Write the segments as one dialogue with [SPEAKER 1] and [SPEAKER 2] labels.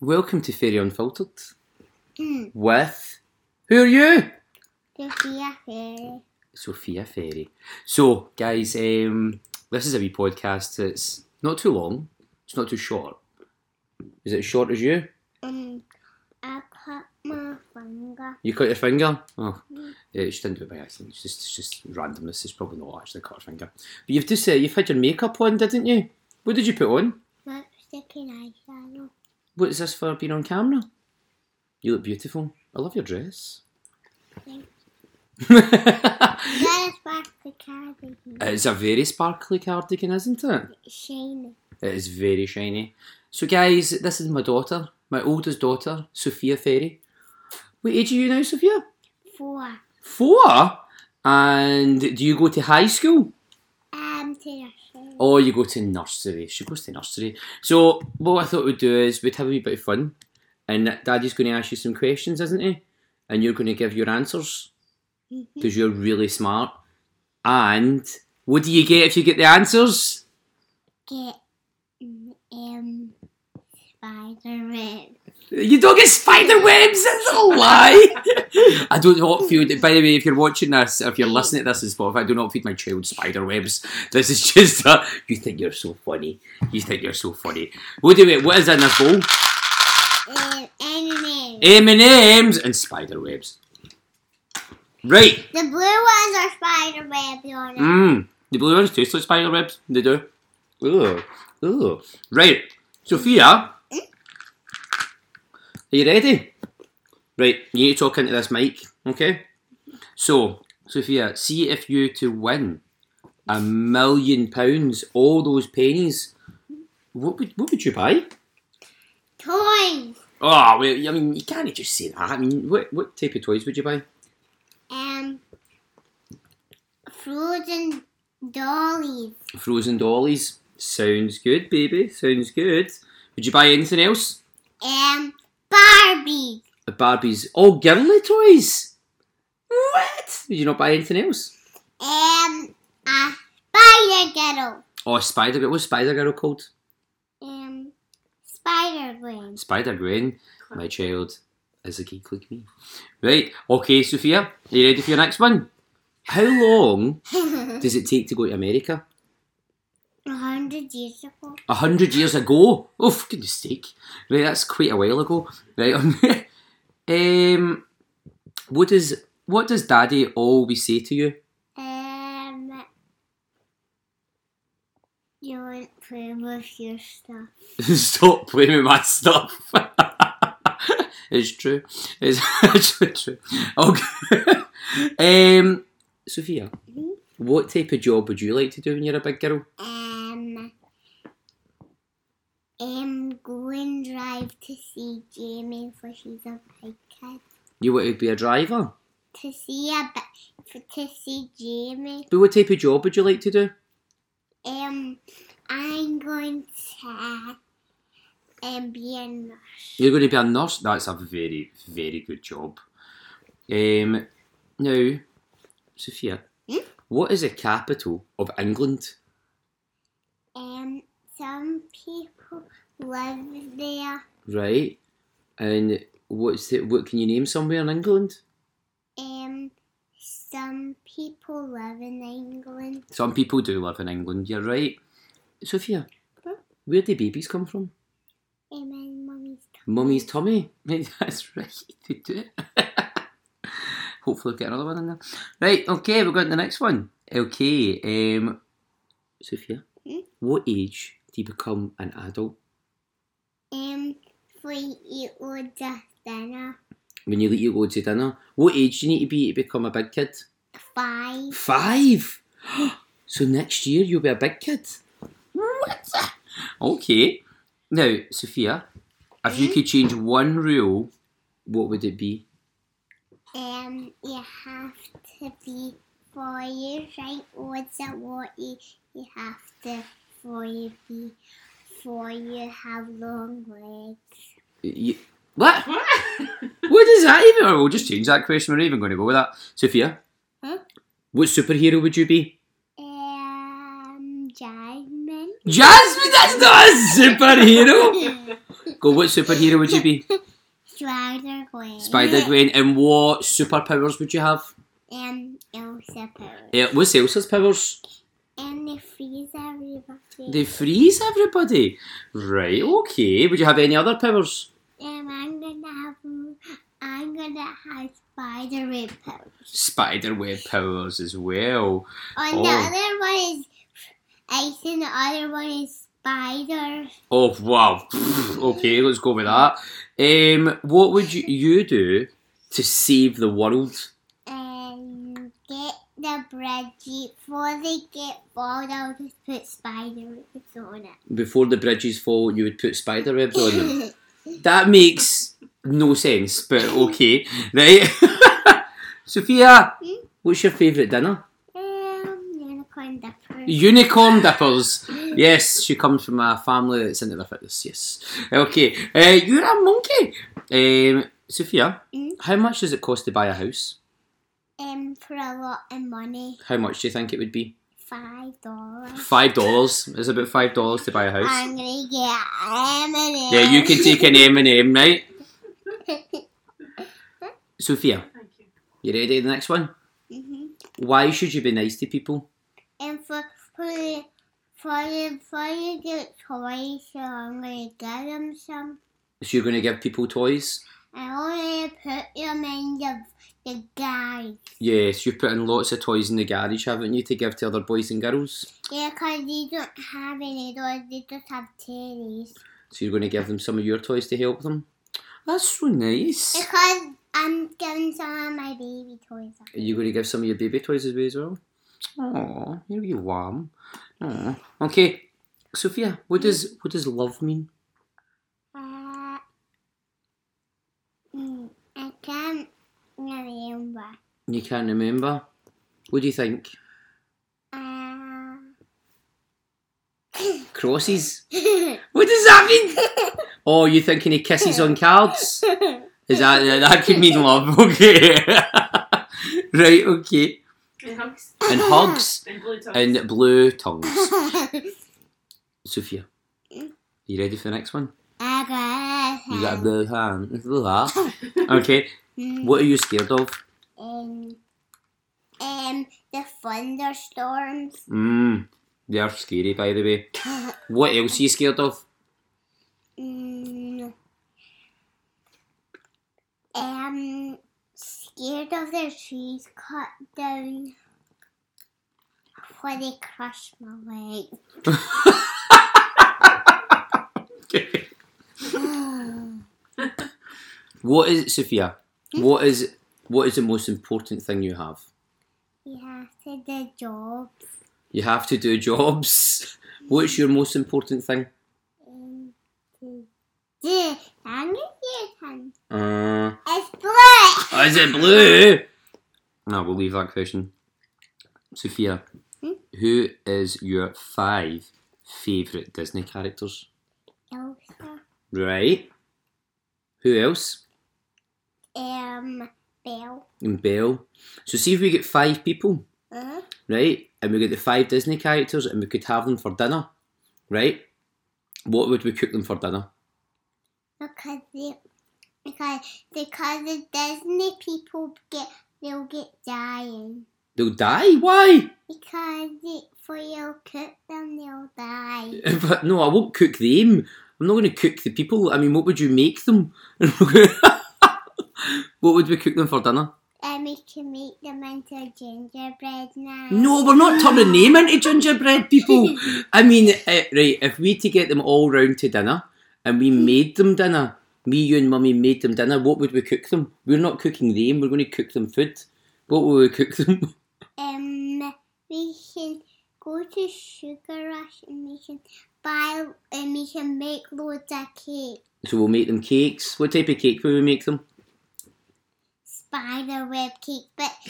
[SPEAKER 1] Welcome to Fairy Unfiltered
[SPEAKER 2] Mm,
[SPEAKER 1] with Who are you?
[SPEAKER 2] Sophia Fairy.
[SPEAKER 1] Sophia Ferry. So, guys, um, this is a wee podcast that's not too long, it's not too short. Is it as short as you?
[SPEAKER 2] Um, I cut my finger.
[SPEAKER 1] You cut your finger? Oh, yeah, she didn't do it by accident. It's just, it's just randomness. It's probably not actually cut her finger. But you've just uh, you've had your makeup on, didn't you? What did you put on?
[SPEAKER 2] Lipstick and eyeshadow.
[SPEAKER 1] What is this for being on camera? You look beautiful. I love your dress.
[SPEAKER 2] Thank
[SPEAKER 1] it's
[SPEAKER 2] That is back the cardigan.
[SPEAKER 1] a very sparkly cardigan, isn't it?
[SPEAKER 2] Shane.
[SPEAKER 1] It is very shiny. So, guys, this is my daughter, my oldest daughter, Sophia Ferry. What age are you now, Sophia?
[SPEAKER 2] Four.
[SPEAKER 1] Four. And do you go to high school
[SPEAKER 2] Um, to the show.
[SPEAKER 1] or you go to nursery? She goes to nursery. So, what I thought we'd do is we'd have a wee bit of fun, and Daddy's going to ask you some questions, isn't he? And you're going to give your answers
[SPEAKER 2] Mhm.
[SPEAKER 1] because you're really smart. And what do you get if you get the answers?
[SPEAKER 2] Get, mm, um, Spider-Man.
[SPEAKER 1] You don't get spider webs. That's a lie. I don't not feed. By the way, if you're watching this, if you're listening to this in Spotify, I do not feed my child spider webs. This is just. A, you think you're so funny. You think you're so funny. What do we? What is in this bowl?
[SPEAKER 2] Um, anime.
[SPEAKER 1] M and M's and spider webs. Right.
[SPEAKER 2] the blue ones are Spider-Man on it.
[SPEAKER 1] Mmm. The blue ones taste like spider webs. They do. Ooh. Ooh. Right. Sophia. Are you ready? Right, you need to talk into this mic, okay? So, Sophia, see if you to win a million pounds, all those pennies, what would what would you buy?
[SPEAKER 2] Toys.
[SPEAKER 1] Oh, well, I mean, you can't just say that. I mean, what what type of toys would you buy?
[SPEAKER 2] Um, frozen dollies.
[SPEAKER 1] Frozen dollies. Sounds good, baby. Sounds good. Would you buy anything else?
[SPEAKER 2] Um, Barbies.
[SPEAKER 1] The Barbies, Oh, all girly toys. What? Did you not buy anything else?
[SPEAKER 2] Um, a spider ghetto.
[SPEAKER 1] Oh, Spider Girl. What's Spider Girl called?
[SPEAKER 2] Um, spider gwen.
[SPEAKER 1] Spider Gwen. My child is a geek like me. Right. Okay, Sophia. Are you ready for your next one? How long
[SPEAKER 2] A
[SPEAKER 1] does it take to go to America?
[SPEAKER 2] hundred years ago.
[SPEAKER 1] A hundred years ago. Oh, for goodness sake. Right, that's quite a while ago. Right. um, what does what does Daddy always say to you?
[SPEAKER 2] Um, you won't play with your stuff.
[SPEAKER 1] Stop playing with my stuff. it's true. It's actually true. Okay. um, Sophia,
[SPEAKER 2] Mhm.
[SPEAKER 1] what type of job would you like to do when you're a big girl?
[SPEAKER 2] Um, I'm going drive to see Jamie for she's a big kid.
[SPEAKER 1] You want to be a driver.
[SPEAKER 2] To see a bi- to see Jamie.
[SPEAKER 1] But what type of job would you like to do?
[SPEAKER 2] Um, I'm going to um, be a nurse.
[SPEAKER 1] You're going to be a nurse. That's a very, very good job. Um, now, Sophia,
[SPEAKER 2] Hmm?
[SPEAKER 1] what is the capital of England?
[SPEAKER 2] Um, some people live there.
[SPEAKER 1] Right. And what's the, what can you name somewhere in England?
[SPEAKER 2] Um, some people live in England.
[SPEAKER 1] Some people do live in England, you're right. Sophia,
[SPEAKER 2] Huh?
[SPEAKER 1] where do babies come from?
[SPEAKER 2] Um, and mummy's tummy.
[SPEAKER 1] Mummy's tummy. That's right, they do. Hopefully, we'll get another one in there. Right, okay, we're going to the next one. Okay, um, Sophia,
[SPEAKER 2] Hmm?
[SPEAKER 1] what age do you become an adult?
[SPEAKER 2] Um, for you eat loads of dinner.
[SPEAKER 1] When you eat loads of dinner, what age do you need to be to become a big kid?
[SPEAKER 2] Five.
[SPEAKER 1] Five. so next year you'll be a big kid. What? Okay. Now, Sophia, if you
[SPEAKER 2] Hmm?
[SPEAKER 1] could change one rule, what would it be?
[SPEAKER 2] Um, you have to be four years right? What's that what you, you have to for you be for you have long legs.
[SPEAKER 1] You, what? what is that even? Oh, We'll just change that question. We're not even going to go with that. Sophia,
[SPEAKER 2] Huh?
[SPEAKER 1] what superhero would you be?
[SPEAKER 2] Um, Jasmine.
[SPEAKER 1] Jasmine, that's not a superhero. Go, what superhero would you be?
[SPEAKER 2] Spider Gwen.
[SPEAKER 1] Spider Gwen. And what superpowers would you have?
[SPEAKER 2] And Elsa Power.
[SPEAKER 1] Uh, what's Elsa's powers?
[SPEAKER 2] And they freeze everybody.
[SPEAKER 1] They freeze everybody. Right, okay. Would you have any other powers?
[SPEAKER 2] and I'm gonna have. I'm gonna have spider web powers.
[SPEAKER 1] Spider web powers as well.
[SPEAKER 2] And
[SPEAKER 1] Oh.
[SPEAKER 2] the other one is ice, and the other one is spider.
[SPEAKER 1] Oh wow. okay, let's go with that. Um, what would you, you do to save the world?
[SPEAKER 2] and get the bread before they get bald. I'll just put spider webs on
[SPEAKER 1] Before the bridges fall, you would put spider webs on them.
[SPEAKER 2] it.
[SPEAKER 1] That makes no sense, but okay, right? Sophia,
[SPEAKER 2] Hmm?
[SPEAKER 1] what's your favourite dinner?
[SPEAKER 2] um, unicorn dipper.
[SPEAKER 1] Unicorn dippers. Yes, she comes from a family that's into the fitness. Yes. Okay. Uh, you're a monkey. Um, Sophia,
[SPEAKER 2] Mm.
[SPEAKER 1] how much does it cost to buy a house?
[SPEAKER 2] Um, for a lot of money,
[SPEAKER 1] How much do you think it would be?
[SPEAKER 2] five dollars.
[SPEAKER 1] Five dollars. It's about five dollars to buy a house.
[SPEAKER 2] I'm gonna get M and M.
[SPEAKER 1] yeah, you can take an M and M, right? Sophia,
[SPEAKER 3] Thank you.
[SPEAKER 1] you ready? The next one.
[SPEAKER 2] hmm
[SPEAKER 1] Why should you be nice to people?
[SPEAKER 2] And for for the- for the- for you get toys, so I'm gonna get them some.
[SPEAKER 1] So you're going to give people toys.
[SPEAKER 2] I only put them in the the guide.
[SPEAKER 1] Yes, you've put in lots of toys in the garage, haven't you, to give to other boys and girls?
[SPEAKER 2] Yeah, 'cause they don't have any doors, they just have teddies.
[SPEAKER 1] So you're going to give them some of your toys to help them. That's so nice.
[SPEAKER 2] Because I'm giving some of my baby toys up.
[SPEAKER 1] Are you going to give some of your baby toys away as well? Oh, you're you warm. Aw. Okay, Sophia, what does what does love mean?
[SPEAKER 2] Uh, mm, I can't remember.
[SPEAKER 1] You can't remember. What do you think?
[SPEAKER 2] Uh,
[SPEAKER 1] Crosses. What does that mean? Oh, you thinking of kisses on cards? Is that that could mean love? Okay. right. Okay.
[SPEAKER 3] And hugs.
[SPEAKER 1] And hugs
[SPEAKER 3] And blue tongues.
[SPEAKER 1] and blue tongues. Sophia, you ready for the next one?
[SPEAKER 2] I got
[SPEAKER 1] You got a
[SPEAKER 2] a
[SPEAKER 1] blue hand. Okay. What are you scared of?
[SPEAKER 2] And, Um, and the thunderstorms.
[SPEAKER 1] Mmm, they are scary, by the way. What else are you scared of?
[SPEAKER 2] Mm, um, scared of the trees cut down before they crush my leg.
[SPEAKER 1] What is Sophia? What is what is the most important thing you have?
[SPEAKER 2] you have to do the job.
[SPEAKER 1] You have to do jobs. What's your most important thing?
[SPEAKER 2] And to do. I'm gonna do it. hun.
[SPEAKER 1] Uh,
[SPEAKER 2] It's blue.
[SPEAKER 1] is it blue? No, we'll leave that question. Sophia,
[SPEAKER 2] Hmm?
[SPEAKER 1] who is your five favourite Disney characters?
[SPEAKER 2] Elsa.
[SPEAKER 1] Right. Who else?
[SPEAKER 2] Um, Belle.
[SPEAKER 1] and Belle. So see if we get five people,
[SPEAKER 2] Uh-huh.
[SPEAKER 1] right? And we get the five Disney characters and we could have them for dinner, right? What would we cook them for dinner?
[SPEAKER 2] Because they, because because the Disney people get they'll get dying.
[SPEAKER 1] They'll die? Why?
[SPEAKER 2] Because they, for you cook them, they'll die.
[SPEAKER 1] But no, I won't cook them. I'm not going to cook the people. I mean, what would you make them? what would we cook them for dinner?
[SPEAKER 2] And we can make them into gingerbread now.
[SPEAKER 1] No, we're not turning them into gingerbread people. I mean, eh, right, if we to get them all round to dinner and we made them dinner, me, you, and mummy made them dinner, what would we cook them? We're not cooking them, we're going to cook them food. What will we cook them?
[SPEAKER 2] Um, we can go to Sugar Rush and we can buy and we can make loads of cake.
[SPEAKER 1] so we'll make them cakes. What type of cake will we make them?
[SPEAKER 2] Spider web cake, but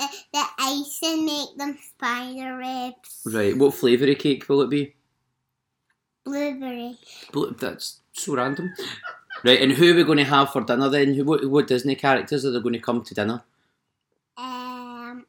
[SPEAKER 2] the, the icing make them spider webs.
[SPEAKER 1] Right, what flavour of cake will it be?
[SPEAKER 2] Blueberry.
[SPEAKER 1] Bl- That's so random. Right, and who are we going to have for dinner then? Who, what, what Disney characters are they going to come to dinner?
[SPEAKER 2] Um,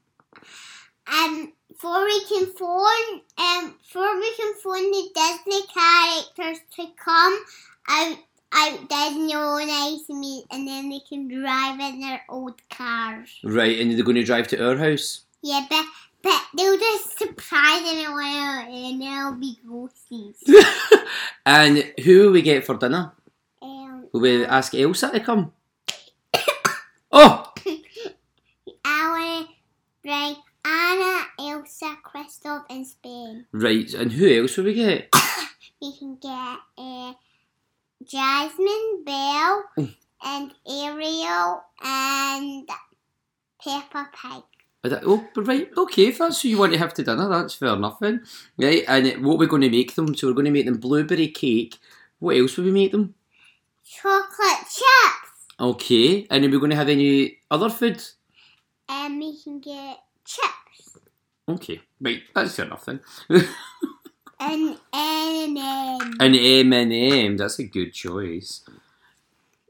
[SPEAKER 2] um, before we can phone, um, before we can phone the Disney characters to come out out there's no nice meat and then they can drive in their old cars.
[SPEAKER 1] Right, and they're going to drive to our house.
[SPEAKER 2] Yeah, but but they'll just surprise everyone and they'll be ghosties.
[SPEAKER 1] and who will we get for dinner?
[SPEAKER 2] um,
[SPEAKER 1] Will we ask Elsa to come? oh,
[SPEAKER 2] I want to bring Anna, Elsa, Kristoff, and Spain.
[SPEAKER 1] right. And who else will we get?
[SPEAKER 2] We can get uh, Jasmine, Belle,
[SPEAKER 1] Mm.
[SPEAKER 2] and Ariel, and Peppa Pig.
[SPEAKER 1] I don't- Oh, but right, okay, if that's who you want to have to dinner, that's fair enough then. Right, and it- what we're going to make them, so we're going to make them blueberry cake. What else will we make them?
[SPEAKER 2] Chocolate chips!
[SPEAKER 1] Okay, and are we going to have any other food?
[SPEAKER 2] And we can get chips.
[SPEAKER 1] Okay, right, that's fair enough then.
[SPEAKER 2] And M&M.
[SPEAKER 1] An M&M, that's a good choice.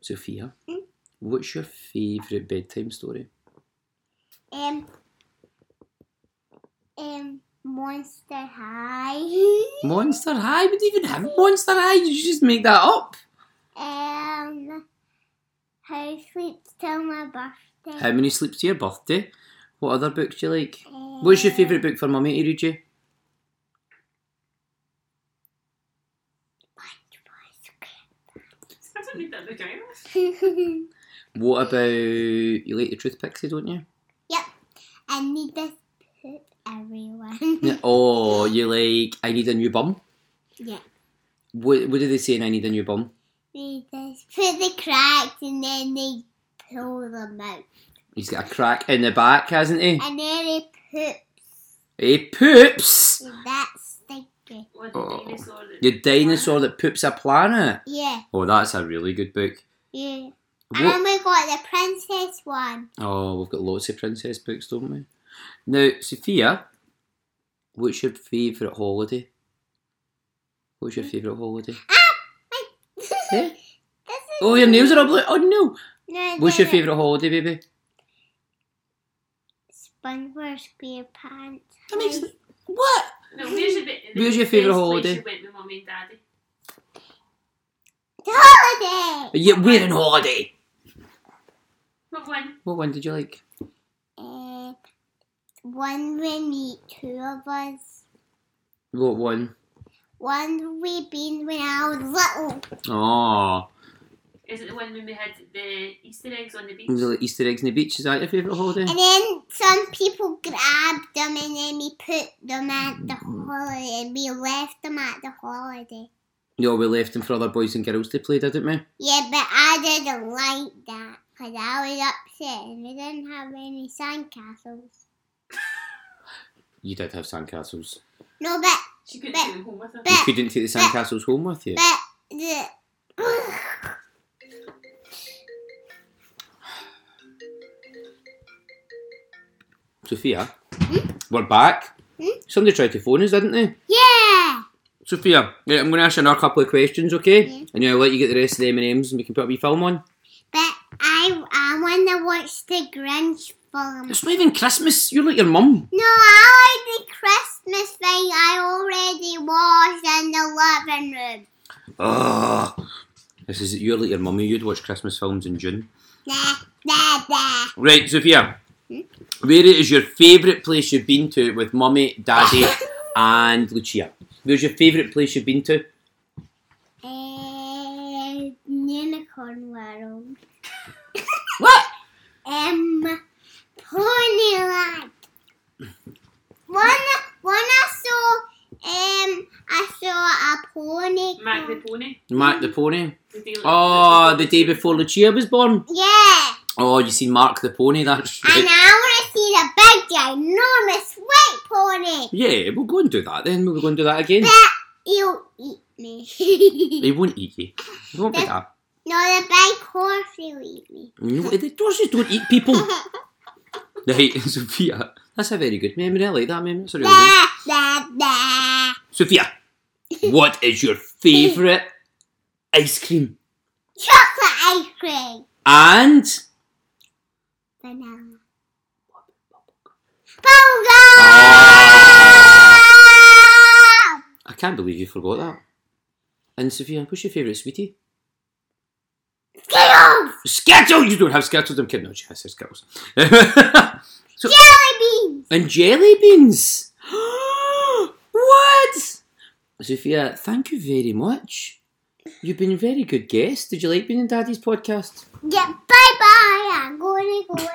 [SPEAKER 1] Sophia,
[SPEAKER 2] Mm.
[SPEAKER 1] what's your favourite bedtime story?
[SPEAKER 2] Um, um, Monster High.
[SPEAKER 1] Monster High? We didn't even have Monster High, did you just make that up?
[SPEAKER 2] um, How Sleeps Till My Birthday.
[SPEAKER 1] How many sleeps to your birthday? What other books do you like? What's your favourite book for mummy to read you?
[SPEAKER 3] I don't need that vagina.
[SPEAKER 2] Um,
[SPEAKER 1] What about you like the truth pixie, don't you?
[SPEAKER 2] I need this poop everyone.
[SPEAKER 1] Yeah. Oh, you like I need a new bum.
[SPEAKER 2] Yeah.
[SPEAKER 1] What What do they say in I need a new bum?
[SPEAKER 2] They just put the cracks and then they pull them out.
[SPEAKER 1] He's got a crack in the back, hasn't he?
[SPEAKER 2] And then they poop.
[SPEAKER 1] He poops.
[SPEAKER 2] And that's sticky.
[SPEAKER 3] Or the
[SPEAKER 1] Oh.
[SPEAKER 3] dinosaur. that-
[SPEAKER 1] The dinosaur that poops a planet.
[SPEAKER 2] Yeah,
[SPEAKER 1] Oh, that's a really good book.
[SPEAKER 2] yeah.
[SPEAKER 1] What?
[SPEAKER 2] And we got the princess one.
[SPEAKER 1] Oh, we've got lots of princess books, don't we? Now, Sophia, what's your favourite holiday? What's your favourite holiday? Yeah.
[SPEAKER 2] This is-
[SPEAKER 1] Oh, your nails are all blue. Oh no!
[SPEAKER 2] No,
[SPEAKER 1] What's your
[SPEAKER 2] no, no.
[SPEAKER 1] favourite holiday, baby?
[SPEAKER 2] SpongeBob SquarePants.
[SPEAKER 1] That makes what?
[SPEAKER 3] No, where's your, bit-
[SPEAKER 1] Where's your
[SPEAKER 3] best
[SPEAKER 1] favourite
[SPEAKER 3] place
[SPEAKER 1] holiday?
[SPEAKER 3] You went with mummy and daddy.
[SPEAKER 2] The holiday.
[SPEAKER 1] Yeah, we're on holiday.
[SPEAKER 3] What one?
[SPEAKER 1] What one did you like?
[SPEAKER 2] Uh, one we meet two of us.
[SPEAKER 1] What one?
[SPEAKER 2] One we been when I was little.
[SPEAKER 1] Oh,
[SPEAKER 3] Is it the one when we had the Easter eggs on the beach?
[SPEAKER 1] the Easter eggs on the beach. Is that your favourite holiday?
[SPEAKER 2] And then some people grabbed them and then we put them at the holiday and we left them at the holiday.
[SPEAKER 1] No, we left them for other boys and girls to play, didn't we?
[SPEAKER 2] Yeah, but I didn't like that because I was upset and we didn't have any sandcastles.
[SPEAKER 1] You did have sandcastles.
[SPEAKER 2] No, but
[SPEAKER 3] She couldn't
[SPEAKER 2] But-
[SPEAKER 3] take them home with her.
[SPEAKER 1] You
[SPEAKER 2] but
[SPEAKER 1] couldn't take the sandcastles home with you.
[SPEAKER 2] but the.
[SPEAKER 1] Sophia, we're back.
[SPEAKER 2] Hmm?
[SPEAKER 1] Somebody tried to phone us, didn't they?
[SPEAKER 2] yeah.
[SPEAKER 1] Sophia, yeah, I'm going to ask you another couple of questions, okay?
[SPEAKER 2] Yeah.
[SPEAKER 1] And then I'll let you get the rest of the M&Ms and we can put a wee film on.
[SPEAKER 2] But I I want to watch the Grinch film.
[SPEAKER 1] It's not even Christmas. You're like your mum.
[SPEAKER 2] No, I like the Christmas thing I already watched in the living room.
[SPEAKER 1] Ugh. This is, you're like your mummy. You'd watch Christmas films in June.
[SPEAKER 2] Nah, nah, nah.
[SPEAKER 1] Right, Sophia.
[SPEAKER 2] Hmm?
[SPEAKER 1] Where is your favourite place you've been to with mummy, daddy, and Lucia? Where's your favourite place you've been to?
[SPEAKER 2] Uh, unicorn world.
[SPEAKER 1] What?
[SPEAKER 2] Um, Ponyland. One, one I saw. Um, I saw a pony.
[SPEAKER 3] Mac the
[SPEAKER 2] come-
[SPEAKER 3] pony.
[SPEAKER 1] Mark the pony.
[SPEAKER 3] The day
[SPEAKER 1] Oh, the day before Lucia was born.
[SPEAKER 2] Yeah,
[SPEAKER 1] Oh, you seen Mark the pony? That's
[SPEAKER 2] and
[SPEAKER 1] right.
[SPEAKER 2] I want to see the big, ginormous white pony.
[SPEAKER 1] Yeah, we'll go and do that then. We'll go and do that again.
[SPEAKER 2] But he'll eat me.
[SPEAKER 1] They won't eat you. They won't be
[SPEAKER 2] That's-
[SPEAKER 1] that.
[SPEAKER 2] no, the big horse will eat me.
[SPEAKER 1] No, the horses don't eat people. Right, Sophia. That's a very good memory. I like that memory. That's a really good.
[SPEAKER 2] Blah, blah, blah.
[SPEAKER 1] Sophia, what is your favourite ice cream?
[SPEAKER 2] Chocolate ice cream.
[SPEAKER 1] And
[SPEAKER 2] Banana. Bubblegum!
[SPEAKER 1] I can't believe you forgot that. And Sophia, what's your favourite sweetie? Skittles! You don't have Skittles. I'm kidding. No, she has Skittles. so,
[SPEAKER 2] Jelly beans.
[SPEAKER 1] And jelly beans. what? Sophia, thank you very much. You've been a very good guest. Did you like being in Daddy's podcast?
[SPEAKER 2] Yeah, bye bye. I'm going to go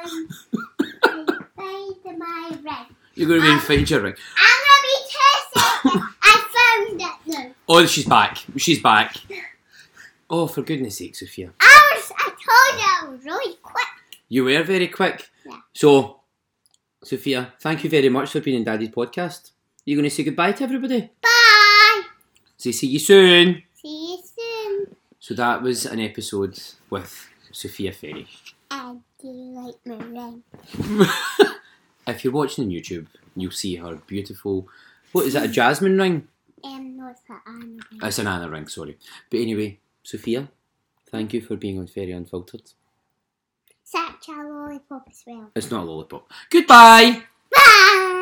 [SPEAKER 2] and find my ring.
[SPEAKER 1] You're going to be in find your ring.
[SPEAKER 2] I'm going to be testing. I found it now.
[SPEAKER 1] Oh, she's back. She's back. Oh, for goodness sake, Sophia.
[SPEAKER 2] I was. I told you I was really quick.
[SPEAKER 1] You were very quick.
[SPEAKER 2] Yeah.
[SPEAKER 1] So, Sophia, thank you very much for being in Daddy's podcast. You're going to say goodbye to everybody.
[SPEAKER 2] Bye.
[SPEAKER 1] Say, see you soon.
[SPEAKER 2] See you soon.
[SPEAKER 1] So, that was an episode with Sophia Ferry.
[SPEAKER 2] And do you like my ring?
[SPEAKER 1] if you're watching on YouTube, you'll see her beautiful. What is that? A jasmine ring?
[SPEAKER 2] Um, no, it's not on the ring.
[SPEAKER 1] It's an Anna ring, sorry. But anyway, Sophia, thank you for being on Fairy Unfiltered.
[SPEAKER 2] Such a lollipop as well.
[SPEAKER 1] It's not a lollipop. Goodbye.
[SPEAKER 2] Bye.